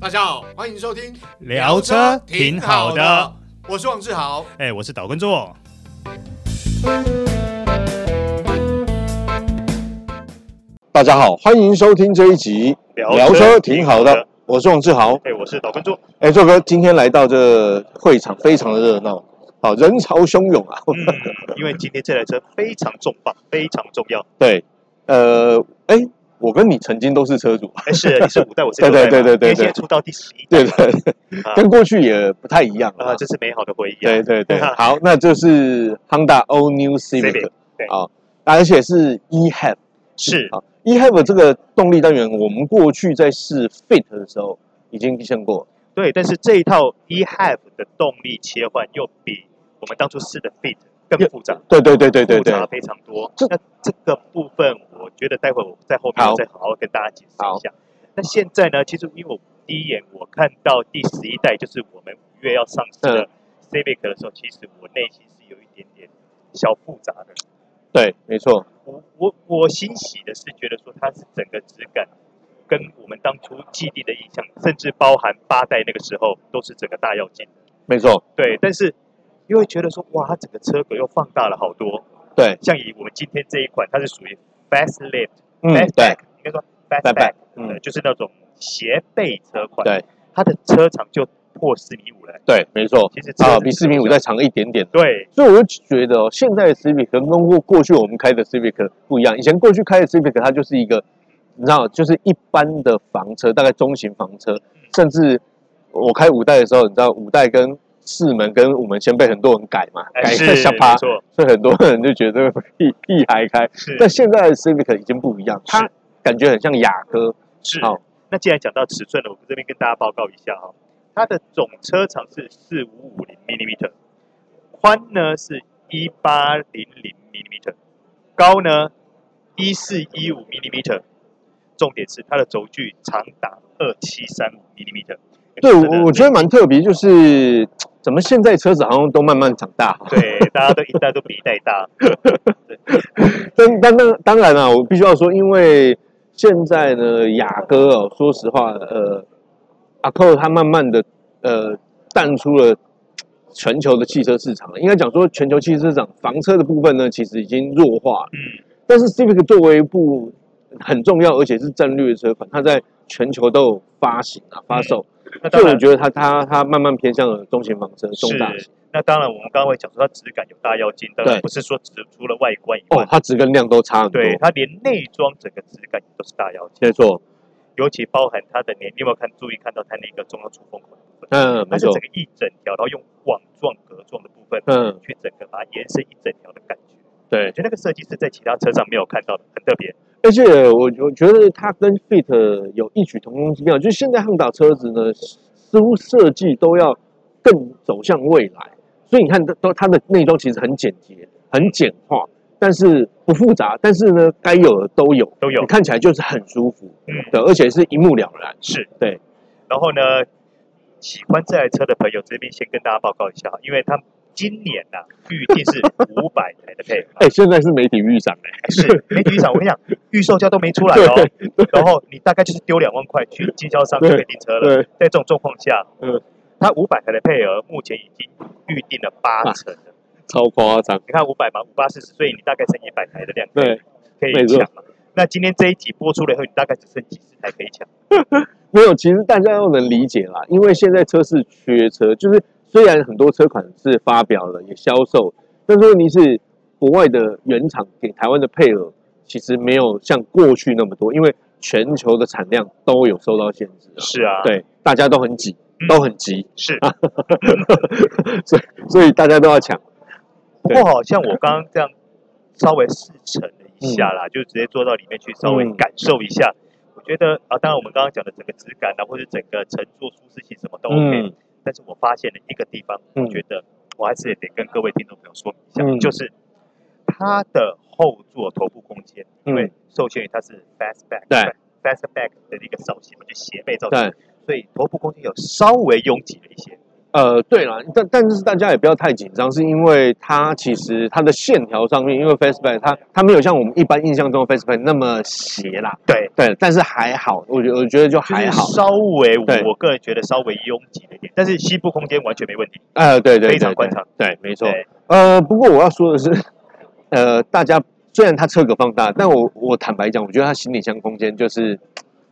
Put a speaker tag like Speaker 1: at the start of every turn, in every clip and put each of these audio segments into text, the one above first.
Speaker 1: 大家好，欢迎收听
Speaker 2: 聊车挺好的，
Speaker 1: 我是王志豪。
Speaker 2: 哎、我是岛根座。
Speaker 3: 大家好，欢迎收听这一集
Speaker 2: 聊
Speaker 3: 聊
Speaker 2: 车
Speaker 3: 车
Speaker 2: 挺
Speaker 3: 挺
Speaker 2: 好
Speaker 3: 好
Speaker 2: 的
Speaker 3: 的，我是王志豪。
Speaker 2: 哎、我是岛根座。
Speaker 3: 哎，做哥，今天来到这会场非常的热闹，好人潮汹 涌啊。
Speaker 2: 嗯，因为今天这台车非常重磅，非常重要。
Speaker 3: 对，呃，哎，我跟你曾经都是车主，
Speaker 2: 哎、是你是五代，我是
Speaker 3: 对
Speaker 2: 六代嘛，
Speaker 3: 对对对对
Speaker 2: 因为现在
Speaker 3: 对
Speaker 2: 出到第十一
Speaker 3: 对对对
Speaker 2: 啊，
Speaker 3: 跟过去也不太一样
Speaker 2: 啊，
Speaker 3: 了。
Speaker 2: 这是美好的回忆啊
Speaker 3: 对。对对，好，那就是 Honda All New
Speaker 2: Civic，
Speaker 3: Civic，
Speaker 2: 对
Speaker 3: 好，而且是 eHab。
Speaker 2: 是，
Speaker 3: 好，eHab 这个动力单元，我们过去在试 Fit 的时候已经见过了，
Speaker 2: 对，但是这一套 eHab 的动力切换又比我们当初试的 Fit 更复杂，
Speaker 3: 对对对对对
Speaker 2: 复
Speaker 3: 对，
Speaker 2: 杂非常多。
Speaker 3: 这
Speaker 2: 那这个部分，我觉得待会我在后面
Speaker 3: 好
Speaker 2: 我再好好跟大家解释一下。那现在呢，其实因为我第一眼我看到第十一代，就是我们五月要上市
Speaker 3: 嗯
Speaker 2: 的 Civic 的时候，其实我内心是有一点点小复杂的。
Speaker 3: 对，没错，
Speaker 2: 我我我欣喜的是觉得说它是整个质感跟我们当初既定的印象，甚至包含八代那个时候都是整个大跃进。
Speaker 3: 没错，
Speaker 2: 对，但是又会觉得说，哇，它整个车格又放大了好多。
Speaker 3: 对，
Speaker 2: 像以我们今天这一款，它是属于 fast lift，
Speaker 3: 嗯
Speaker 2: fast，
Speaker 3: 对
Speaker 2: back，，应该说
Speaker 3: Fast
Speaker 2: fast
Speaker 3: back，
Speaker 2: back，
Speaker 3: 嗯
Speaker 2: 呃就是那种斜背车款。
Speaker 3: 对，
Speaker 2: 它的车长就破四米五了。
Speaker 3: 对，没错，
Speaker 2: 其实车
Speaker 3: 啊，比四米五再长一点点。
Speaker 2: 对
Speaker 3: 所以我就觉得哦，现在的 Civic 跟过过去我们开的 Civic 不一样。以前过去开的 Civic 它就是一个，你知道，就是一般的房车，大概中型房车，甚至我开五代的时候，你知道五代跟四门跟五门先被很多人改嘛，
Speaker 2: 哎
Speaker 3: 改
Speaker 2: 是
Speaker 3: 成下趴
Speaker 2: 没，错，
Speaker 3: 所以很多人就觉得屁屁孩开。
Speaker 2: 是
Speaker 3: 但现在的 Civic 已经不一样，它
Speaker 2: 是
Speaker 3: 感觉很像雅阁，
Speaker 2: 是
Speaker 3: 好。
Speaker 2: 那既然讲到尺寸了，我这边跟大家报告一下哈、它的总车长是四五五零 mm，宽呢是一八零零 mm，高呢一四一五 mm，重点是它的轴距长达二七三五 mm。
Speaker 3: 对，
Speaker 2: 真的
Speaker 3: 我我觉得蛮特别，就是怎么现在车子好像都慢慢长大。
Speaker 2: 对，大家都一代都比一代 大。
Speaker 3: 但但当当然啦、我必须要说，因为现在呢，雅阁哦，说实话，呃，阿扣它慢慢的呃淡出了全球的汽车市场了。应该讲说，全球汽车市场房车的部分呢，其实已经弱化了。
Speaker 2: 嗯，
Speaker 3: 但是 Civic 作为一部很重要而且是战略车款，它在全球都有发行啊发售，
Speaker 2: 那
Speaker 3: 所
Speaker 2: 嗯当
Speaker 3: 以我
Speaker 2: 然
Speaker 3: 觉得它它它慢慢偏向了中型房车、中大型。
Speaker 2: 是。那当然，我们刚刚会讲说它质感有大要进，当然
Speaker 3: 对
Speaker 2: 不是说只除了外观以外，
Speaker 3: 哦，它质跟量都差很多。
Speaker 2: 对，它连内装整个质感也都是大要进。
Speaker 3: 没错，
Speaker 2: 尤其包含它的你，你有没有看注意看到它那个中央出风口的部分？
Speaker 3: 嗯，
Speaker 2: 它
Speaker 3: 没
Speaker 2: 是
Speaker 3: 错
Speaker 2: 整，个一整条，然后用网状、格状的部分，
Speaker 3: 嗯，
Speaker 2: 去整个把它延伸一整条的感觉。
Speaker 3: 对
Speaker 2: 我。觉得那个设计是在其他车上没有看到的，很特别。
Speaker 3: 而且我我觉得它跟 Fit 有异曲同工之妙，就是现在汉达车子呢，似乎设计都要更走向未来，所以你看它都它的内装其实很简洁、很简化，但是不复杂，但是呢该有的都有，
Speaker 2: 都有
Speaker 3: 你看起来就是很舒服，
Speaker 2: 嗯
Speaker 3: 对，而且是一目了然，
Speaker 2: 是
Speaker 3: 对。
Speaker 2: 然后呢，喜欢这台车的朋友，这边先跟大家报告一下，因为它今年呐、预定 是五百台的配
Speaker 3: 哎、
Speaker 2: 备，
Speaker 3: 现在是媒体预赏哎，
Speaker 2: 是没局长，我跟你讲，预售价都没出来哦。然后你大概就是丢两万块去经销商就可以订车了。
Speaker 3: 对，
Speaker 2: 在这种状况下，
Speaker 3: 嗯，
Speaker 2: 它五百台的配额目前已经预定了八成了。
Speaker 3: 超夸张，
Speaker 2: 你看五百嘛，五八四十，所以你大概剩一百台的量
Speaker 3: 对，
Speaker 2: 可以
Speaker 3: 没错
Speaker 2: 抢嘛。那今天这一集播出了以后，你大概只剩几十台可以抢。
Speaker 3: 没有，其实大家都能理解啦，因为现在车市缺车，就是虽然很多车款是发表了也销售，但是问题是国外的原厂给台湾的配额其实没有像过去那么多，因为全球的产量都有受到限制啊。
Speaker 2: 是啊，，
Speaker 3: 对，啊大家都很挤，都很急，
Speaker 2: 是。
Speaker 3: 所以所以大家都要抢。
Speaker 2: 不过好像我刚刚这样稍微试乘了一下啦，就直接坐到里面去稍微
Speaker 3: 嗯
Speaker 2: 感受一下。我觉得啊，当然我们刚刚讲的整个质感啊，或者整个乘坐舒适性什么都 OK，、
Speaker 3: 嗯，
Speaker 2: 但是我发现了一个地方，
Speaker 3: 嗯
Speaker 2: 我觉得我还是得跟各位听众朋友说明一下，
Speaker 3: 嗯
Speaker 2: 就是它的后座头部空间，因为
Speaker 3: 嗯
Speaker 2: 受限于它是 fastback，
Speaker 3: 对
Speaker 2: 嗯 fastback 的一个造型嘛，就斜背造型，
Speaker 3: 对，
Speaker 2: 所以头部空间有稍微拥挤了一些。
Speaker 3: 呃，对了，但但是大家也不要太紧张，是因为它其实它的线条上面，因为 Facebook 它它没有像我们一般印象中的 Facebook 那么斜啦，
Speaker 2: 对，
Speaker 3: 对，但是还好，我觉得我觉得就还好
Speaker 2: 就是，稍微
Speaker 3: 对
Speaker 2: 我个人觉得稍微拥挤了一点，但是西部空间完全没问题，
Speaker 3: 呃，对对，
Speaker 2: 非常
Speaker 3: 对
Speaker 2: 宽敞，
Speaker 3: 对，没错，
Speaker 2: 对，
Speaker 3: 呃，不过我要说的是，呃，大家虽然它车格放大，但我我坦白讲，我觉得它行李箱空间就是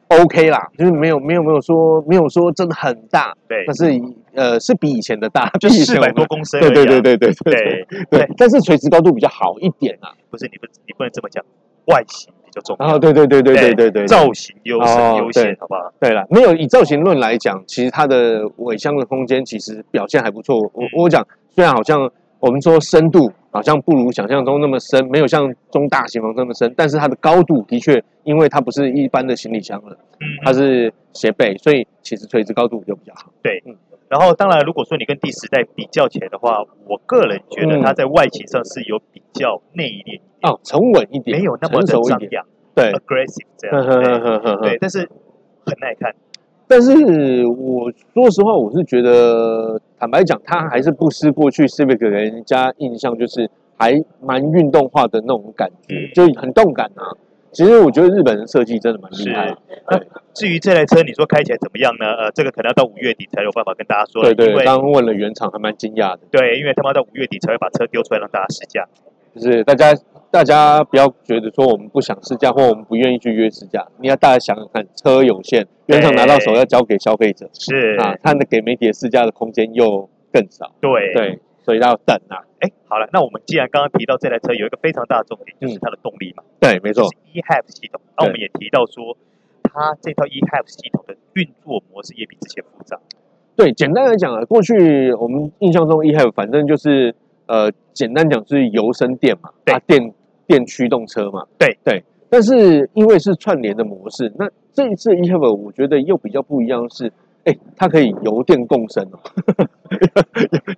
Speaker 3: OK 啦，就是没有没有没有说没有说真的很大，
Speaker 2: 对
Speaker 3: 但，是呃是比以前的大，
Speaker 2: 就
Speaker 3: 比以
Speaker 2: 四
Speaker 3: 前
Speaker 2: 百
Speaker 3: 我
Speaker 2: 多
Speaker 3: 们。
Speaker 2: 公升而已
Speaker 3: 对
Speaker 2: 啊，
Speaker 3: 对对对对
Speaker 2: 对
Speaker 3: 对，但是垂直高度比较好一点啊。
Speaker 2: 不是你不你不能这么讲，外形比较重
Speaker 3: 然后
Speaker 2: 要，
Speaker 3: 对对对对对对啊对，
Speaker 2: 造型优
Speaker 3: 哦
Speaker 2: 胜优先
Speaker 3: 对，
Speaker 2: 好不好？
Speaker 3: 对了，没有以造型论来讲，其实它的尾箱的空间其实表现还不错。我
Speaker 2: 嗯
Speaker 3: 我讲，虽然好像我们说深度好像不如想象中那么深，没有像中大型房那么深，但是它的高度的确，因为它不是一般的行李箱了，
Speaker 2: 嗯，
Speaker 3: 它是斜背，所以其实垂直高度就比较好。
Speaker 2: 然后，当然，如果说你跟第十代比较起来的话，我个人觉
Speaker 3: 嗯
Speaker 2: 得它在外形上是有比较内敛，
Speaker 3: 哦，沉稳一点，
Speaker 2: 没有那么的
Speaker 3: 成熟一
Speaker 2: 张
Speaker 3: 点，
Speaker 2: 扬
Speaker 3: 对，嗯
Speaker 2: ，aggressive 这
Speaker 3: 呵呵呵
Speaker 2: 样。
Speaker 3: 呵呵
Speaker 2: 对，对，但是很耐看。
Speaker 3: 但是我说实话，我是觉得，坦白讲，它还是不失过去 Civic 给人家印象，就是还蛮运动化的那种感觉，
Speaker 2: 嗯
Speaker 3: 就很动感啊。其实我觉得日本人设计真的蛮厉害的，
Speaker 2: 至于这台车，你说开起来怎么样呢？呃，这个可能要到五月底才有办法跟大家说了，
Speaker 3: 对对
Speaker 2: 因，
Speaker 3: 刚
Speaker 2: 为
Speaker 3: 刚问了原厂，还蛮惊讶的，
Speaker 2: 对，因为他们要到五月底才会把车丢出来让大家试驾。
Speaker 3: 就是大家大家不要觉得说我们不想试驾或我们不愿意去约试驾，你要大家想想看，车有限，原厂拿到手要交给消费者
Speaker 2: 是，
Speaker 3: 啊，他的给媒体的试驾的空间又更少，
Speaker 2: 对。
Speaker 3: 对，所以要等啊，
Speaker 2: 哎，好了，那我们既然刚刚提到这台车有一个非常大的重点，就是它的动力嘛。
Speaker 3: 对，嗯没错
Speaker 2: 就是，eHab 系统。那我们也提到说，它这套 eHab 系统的运作模式也比之前复杂。
Speaker 3: 对，简单来讲啊，过去我们印象中 eHab 反正就是呃，简单讲是油生电嘛，
Speaker 2: 对
Speaker 3: 啊电电驱动车嘛，
Speaker 2: 对
Speaker 3: 对。但是因为是串联的模式，那这一次 eHab 我觉得又比较不一样是，哎，它可以油电共生哦，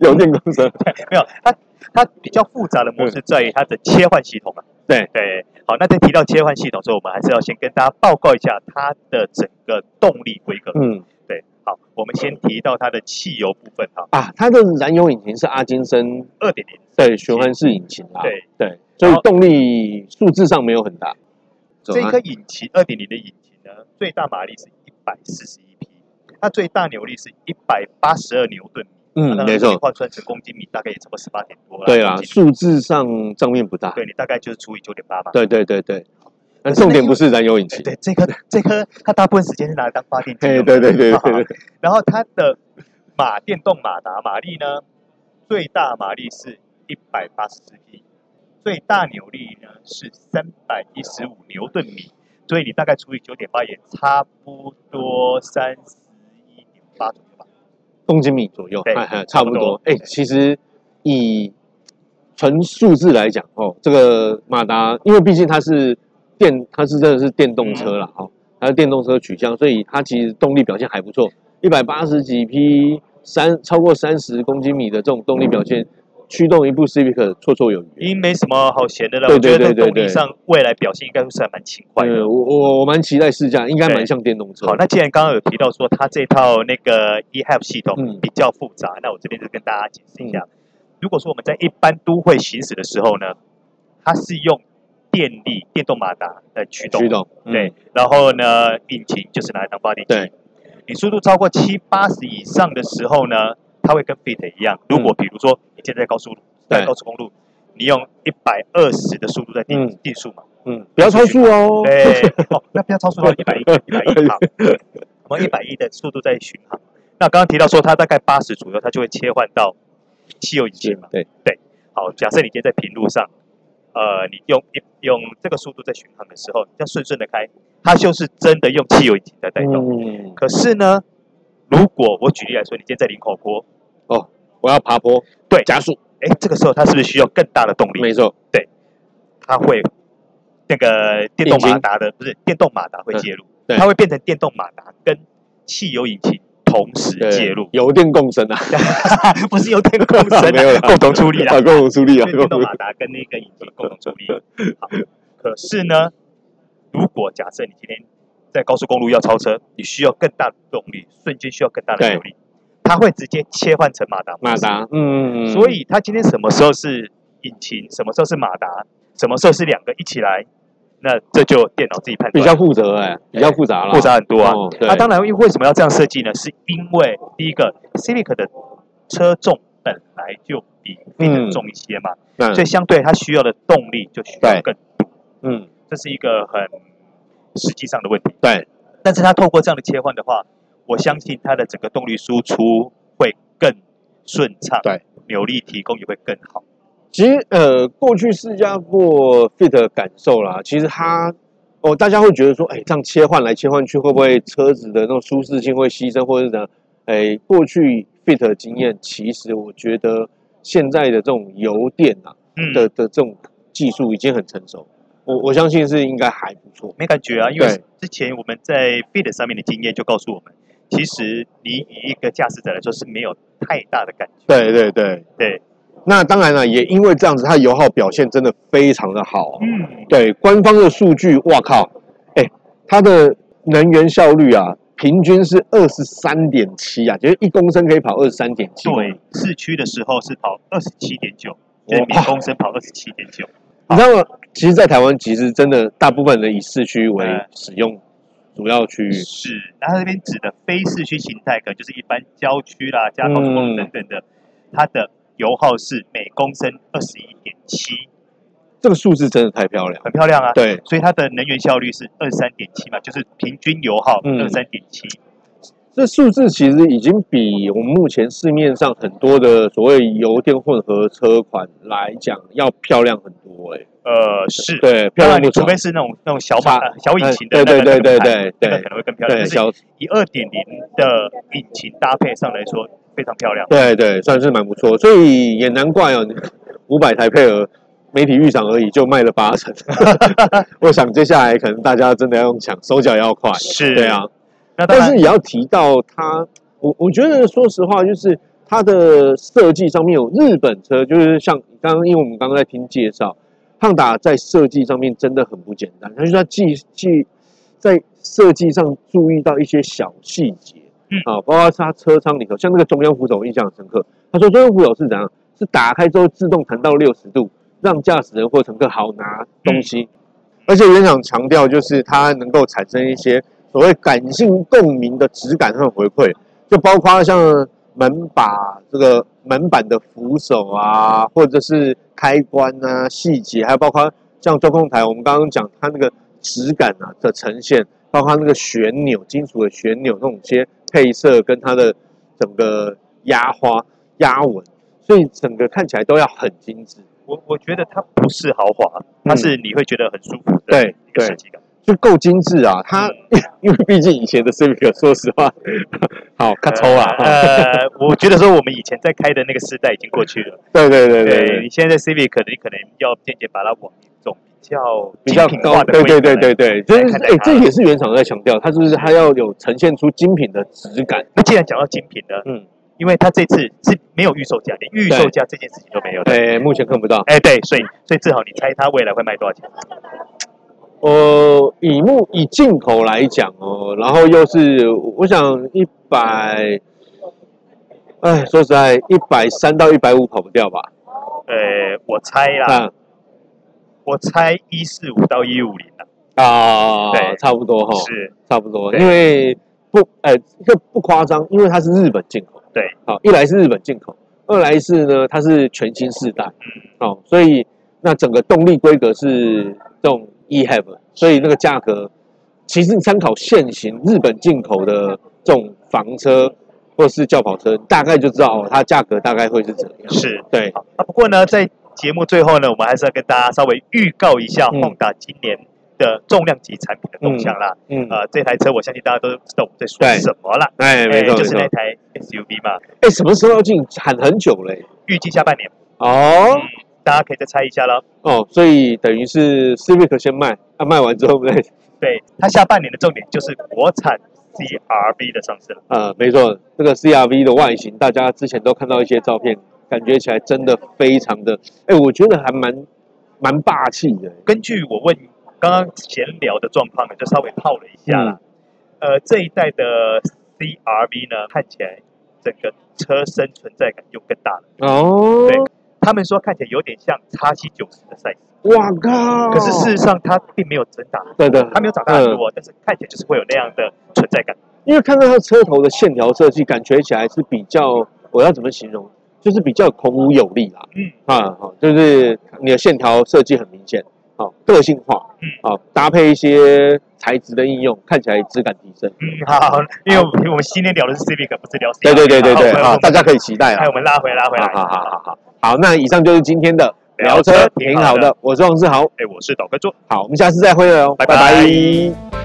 Speaker 3: 油电共生，
Speaker 2: 没有，它它比较复杂的模式在于它的切换系统啊。
Speaker 3: 对
Speaker 2: 对，好，那在提到切换系统之后，我们还是要先跟大家报告一下它的整个动力规格。
Speaker 3: 嗯
Speaker 2: 对，好，我们先提到它的汽油部分哈，
Speaker 3: 啊，它的燃油引擎是阿金森
Speaker 2: 二点零。
Speaker 3: 对循环式引擎啦，啊
Speaker 2: 对，
Speaker 3: 对，所以动力数字上没有很大。
Speaker 2: 这
Speaker 3: 走啊
Speaker 2: 颗引擎二点零的引擎呢，最大马力是一百四十一匹，那最大扭力是一百八十二牛顿米。那
Speaker 3: 嗯，没
Speaker 2: 你
Speaker 3: 错，
Speaker 2: 换算成公斤米大概也差不多十八点多了。
Speaker 3: 对啊啦，
Speaker 2: 公斤
Speaker 3: 数字上账面不大。
Speaker 2: 对你大概就是除以九点八嘛。
Speaker 3: 对对对对，那
Speaker 2: 可是
Speaker 3: 重
Speaker 2: 那
Speaker 3: 点
Speaker 2: 个
Speaker 3: 不是燃油引擎
Speaker 2: 哎，对，这颗这颗它大部分时间是拿来当发电机
Speaker 3: 哎，
Speaker 2: 用的。
Speaker 3: 对对对
Speaker 2: 好
Speaker 3: 对对，
Speaker 2: 然后它的马电动马达马力呢，最大马力是一百八十四匹，最大扭力呢是三百一十五牛顿米，所以你大概除以九点八也差不多三十一点八左右吧。
Speaker 3: 公斤米左右，
Speaker 2: 对
Speaker 3: 哎哎
Speaker 2: 差
Speaker 3: 差
Speaker 2: 不
Speaker 3: 不
Speaker 2: 多
Speaker 3: 多。哎，其实以纯数字来讲，哦，这个马达，因为毕竟它是电，它是真的是电动车啦，
Speaker 2: 嗯
Speaker 3: 哦，它是电动车取向，所以它其实动力表现还不错，一百八十几匹，三超过三十公斤米的这种动力表现，
Speaker 2: 嗯
Speaker 3: 驱动一部 Civic 绰绰有余。
Speaker 2: 因为没什么好闲的了，
Speaker 3: 对
Speaker 2: 我觉得
Speaker 3: 对
Speaker 2: 在
Speaker 3: 对
Speaker 2: 动
Speaker 3: 对
Speaker 2: 力
Speaker 3: 对
Speaker 2: 上未来表现应该会是还蛮勤快的
Speaker 3: 呃，。我我我蛮期待试驾，应该
Speaker 2: 对
Speaker 3: 蛮像电动车。
Speaker 2: 好，那既然刚刚有提到说它这套那个 eHab 系统
Speaker 3: 嗯
Speaker 2: 比较复杂，那我这边就跟大家解释一下。如果说我们在一般都会行驶的时候呢，它是用电力电动马达来驱动，
Speaker 3: 驱动，嗯
Speaker 2: 对，然后呢，引擎就是拿来当发电机。
Speaker 3: 对，
Speaker 2: 你速度超过七八十以上的时候呢，它会跟 Fit 一样。如果比如说你现在在高速路，
Speaker 3: 嗯对
Speaker 2: 在高速公路，你用一百二十的速度在定、
Speaker 3: 嗯
Speaker 2: 定速嘛，
Speaker 3: 嗯，不要超速哦。
Speaker 2: 对，哦，那不要超速到一百一，一百一好，我们一百一的速度在巡航。那刚刚提到说，它大概八十左右，它就会切换到汽油引擎嘛。
Speaker 3: 对
Speaker 2: 好，假设你今天在平路上，呃，你用一用这个速度在巡航的时候，你这样顺顺的开，它就是真的用汽油引擎在带动。
Speaker 3: 嗯，
Speaker 2: 可是呢，如果我举例来说，你今天在林口坡，
Speaker 3: 我要爬坡，
Speaker 2: 对
Speaker 3: 加速，
Speaker 2: 哎，这个时候它是不是需要更大的动力？
Speaker 3: 没错，
Speaker 2: 它会那个电动
Speaker 3: 引
Speaker 2: 马
Speaker 3: 擎
Speaker 2: 达的不是电动马达会介入，
Speaker 3: 对
Speaker 2: 它会变成电动马达跟汽油引擎同时
Speaker 3: 对
Speaker 2: 介入，
Speaker 3: 油电共生啊，
Speaker 2: 不是有点共生、
Speaker 3: 没有
Speaker 2: 啊
Speaker 3: 啦，
Speaker 2: 共同处理啦
Speaker 3: 啊，，共同处理啊
Speaker 2: 对，电动
Speaker 3: 共同
Speaker 2: 马达跟那个引擎共同处理。好，可是呢，如果假设你今天在高速公路要超车，你需要更大的动力，瞬间需要更大的
Speaker 3: 对
Speaker 2: 扭力，它会直接切换成马达模
Speaker 3: 马
Speaker 2: 式。
Speaker 3: 达，嗯，
Speaker 2: 所以它今天什么时候是引擎，什么时候是马达，什么时候是两个一起来，那这就电脑自己判
Speaker 3: 比
Speaker 2: 断。
Speaker 3: 较负责哎，比较复杂了，
Speaker 2: 复杂很多啊。
Speaker 3: 哦对
Speaker 2: 那、当然，因为为什么要这样设计呢？是因为第一个，Civic 的车重本来就比 Fit
Speaker 3: 嗯
Speaker 2: 重一些嘛，
Speaker 3: 嗯，
Speaker 2: 所以相对它需要的动力就需要
Speaker 3: 对
Speaker 2: 更，
Speaker 3: 嗯，
Speaker 2: 这是一个很实际上的问题。
Speaker 3: 对，
Speaker 2: 但是它透过这样的切换的话，我相信它的整个动力输出会更顺畅，
Speaker 3: 对，
Speaker 2: 扭力提供也会更好。
Speaker 3: 其实呃，过去试驾过 Fit 的感受啦，其实它哦，大家会觉得说，哎，这样切换来切换去，会不会车子的那种舒适性会牺牲，或者是怎样？哎，过去 Fit 的经验，其实我觉得现在的这种油电啊
Speaker 2: 嗯，
Speaker 3: 的的这种技术已经很成熟，我我相信是应该还不错。
Speaker 2: 没感觉啊，因为
Speaker 3: 对
Speaker 2: 之前我们在 Fit 上面的经验就告诉我们，其实你以一个驾驶者来说是没有太大的感觉。
Speaker 3: 对对对，
Speaker 2: 对，
Speaker 3: 那当然了，也因为这样子，它油耗表现真的非常的好、哦。
Speaker 2: 嗯，
Speaker 3: 对官方的数据，哇靠，哎、它的能源效率啊，平均是二十三点七啊，就是一公升可以跑二十三点七。
Speaker 2: 对，市区的时候是跑二十七点九，就是
Speaker 3: 哇
Speaker 2: 每公升跑二十七点九。
Speaker 3: 你知道吗？其实，在台湾，其实真的大部分人以市区为
Speaker 2: 嗯
Speaker 3: 使用主要区域。
Speaker 2: 是，那它这边指的非市区形态，可能就是一般郊区啦、加高速公路等等
Speaker 3: 嗯
Speaker 2: 的，它的油耗是每公升二十一点七，
Speaker 3: 这个数字真的太漂亮。
Speaker 2: 很漂亮啊。
Speaker 3: 对，
Speaker 2: 所以它的能源效率是二三点七嘛，就是平均油耗
Speaker 3: 嗯
Speaker 2: 二三点七。
Speaker 3: 这数字其实已经比我们目前市面上很多的所谓油电混合车款来讲要漂亮很多、欸。
Speaker 2: 呃，是，
Speaker 3: 对，漂
Speaker 2: 当然
Speaker 3: 亮
Speaker 2: 你
Speaker 3: 不
Speaker 2: 除
Speaker 3: 少。
Speaker 2: 非是那种那种小马
Speaker 3: 差
Speaker 2: 呃小引擎的
Speaker 3: 哎
Speaker 2: 那个，
Speaker 3: 对对对
Speaker 2: 那个
Speaker 3: 对对
Speaker 2: 那个可能会更漂亮。
Speaker 3: 对，
Speaker 2: 就是
Speaker 3: 小
Speaker 2: 以二点零的引擎搭配上来说，非常漂亮。
Speaker 3: 对对，算是蛮不错，所以也难怪哦，五百台配额媒体预想而已就卖了八成， 我想接下来可能大家真的要用抢，手脚也要快，
Speaker 2: 是
Speaker 3: 对啊，
Speaker 2: 那当
Speaker 3: 但是
Speaker 2: 然，
Speaker 3: 也要提到它，我我觉得说实话，就是它的设计上面有日本车，就是像刚刚，因为我们刚刚在听介绍，汉达在设计上面真的很不简单，它就是它既既在设计上注意到一些小细节，
Speaker 2: 嗯
Speaker 3: 啊，包括它车窗里头，像那个中央扶手，我印象很深刻。他说中央扶手是怎样？是打开之后自动弹到六十度，让驾驶人或乘客好拿东西。
Speaker 2: 嗯
Speaker 3: 而且原想强调，就是它能够产生一些所谓感性共鸣的质感和回馈，就包括像门把这个门板的扶手啊，或者是开关啊细节，还有包括像中控台，我们刚刚讲它那个质感啊的呈现，包括那个旋钮，金属的旋钮那种些配色跟它的整个压花压纹，所以整个看起来都要很精致。
Speaker 2: 我我觉得它不是豪华，它
Speaker 3: 嗯
Speaker 2: 是你会觉得很舒服的
Speaker 3: 对
Speaker 2: 一个
Speaker 3: 对
Speaker 2: 设计感。
Speaker 3: 就够精致啊！它 因为毕竟以前的 Civic，说实话， 好卡抽啊！哈
Speaker 2: 呃，我觉得说我们以前在开的那个时代已经过去了。
Speaker 3: 对对对对
Speaker 2: 你
Speaker 3: 对，
Speaker 2: 现在在 Civic，你可能要渐渐把它往一种比较
Speaker 3: 比较
Speaker 2: 精品
Speaker 3: 高，
Speaker 2: 化的
Speaker 3: 对
Speaker 2: 规格
Speaker 3: 对对
Speaker 2: 来
Speaker 3: 对对，就是
Speaker 2: 看待
Speaker 3: 哎、
Speaker 2: 它
Speaker 3: 这也是原厂在强调，它就是它要有呈现出精品的质感。
Speaker 2: 那既然讲到精品呢，
Speaker 3: 嗯，
Speaker 2: 因为它这次是没有预售价，连预售价这件事情都没有的。
Speaker 3: 对，目前看不到。
Speaker 2: 哎，对，所以所以正好你猜它未来会卖多少钱？
Speaker 3: 呃，以目以进口来讲哦，然后又是我想一百，哎，说实在，一百三到一百五跑不掉吧？
Speaker 2: 呃，我猜啦，
Speaker 3: 啊
Speaker 2: 我猜一四五到一五零啦，
Speaker 3: 啊，
Speaker 2: 对
Speaker 3: 差不多哈、
Speaker 2: 是
Speaker 3: 差不多，
Speaker 2: 对
Speaker 3: 因为不，呃，这不夸张，因为它是日本进口。
Speaker 2: 对，
Speaker 3: 好，一来是日本进口，二来是呢，它是全新世代，
Speaker 2: 嗯
Speaker 3: 哦，所以那整个动力规格是这种 eHab，所以那个价格其实你参考现行日本进口的这种房车或是轿跑车，大概就知道、哦、它价格大概会是怎样。
Speaker 2: 是。
Speaker 3: 对，
Speaker 2: 啊，不过呢，在节目最后呢，我们还是要跟大家稍微预告一下
Speaker 3: 嗯
Speaker 2: Honda 今年的重量级产品的动向啦。
Speaker 3: 嗯，
Speaker 2: 呃，这台车我相信大家都知道我们在说
Speaker 3: 对
Speaker 2: 什么啦，
Speaker 3: 哎，没
Speaker 2: 哎
Speaker 3: 错
Speaker 2: 就
Speaker 3: 没
Speaker 2: 是
Speaker 3: 错
Speaker 2: 那，台 SUV 嘛，
Speaker 3: 哎，什么时候要进？喊很久嘞。
Speaker 2: 预计下半年，嗯
Speaker 3: 哦
Speaker 2: 大家可以再猜一下了。
Speaker 3: 哦，所以等于是 Civic 先卖，啊，卖完之后再
Speaker 2: 对，它下半年的重点就是国产 CRV 的上市了。
Speaker 3: 呃，没错，这个 CRV 的外形，大家之前都看到一些照片，感觉起来真的非常的，哎、我觉得还蛮蛮霸气的。
Speaker 2: 根据我问刚刚闲聊的状况呢，就
Speaker 3: 嗯
Speaker 2: 稍微泡了一下啦。呃，这一代的 CRV 呢，看起来整个车身存在感就更大了。
Speaker 3: 哦，
Speaker 2: 对他们说看起来有点像叉七九十的 size，
Speaker 3: 哇靠！
Speaker 2: 可是事实上它并没有真大，
Speaker 3: 对嗯的，
Speaker 2: 它没有长大很多，但是看起来就是会有那样的存在感。
Speaker 3: 因为看到它车头的线条设计，感觉起来是比较，我要怎么形容？就是比较孔武有力啦，
Speaker 2: 嗯，
Speaker 3: 啊，好，就是你的线条设计很明显，好，个性化，
Speaker 2: 嗯
Speaker 3: 好，搭配一些材质的应用，看起来质感提升。
Speaker 2: 嗯，好，因为我们我们今天聊的是 Civic，不是聊 C。
Speaker 3: 对对对对对，
Speaker 2: 好，
Speaker 3: 好，
Speaker 2: 我们
Speaker 3: 大家可以期待啊
Speaker 2: 哎，。我们拉回拉回来。
Speaker 3: 好好好好好，好，那以上就是今天的
Speaker 2: 聊
Speaker 3: 聊
Speaker 2: 车
Speaker 3: 车，
Speaker 2: 挺
Speaker 3: 挺
Speaker 2: 好
Speaker 3: 好
Speaker 2: 的
Speaker 3: 的，我是王志豪，
Speaker 2: 哎，我是导哥座。
Speaker 3: 好，我们下次再会了哦，
Speaker 2: 拜拜
Speaker 3: 拜拜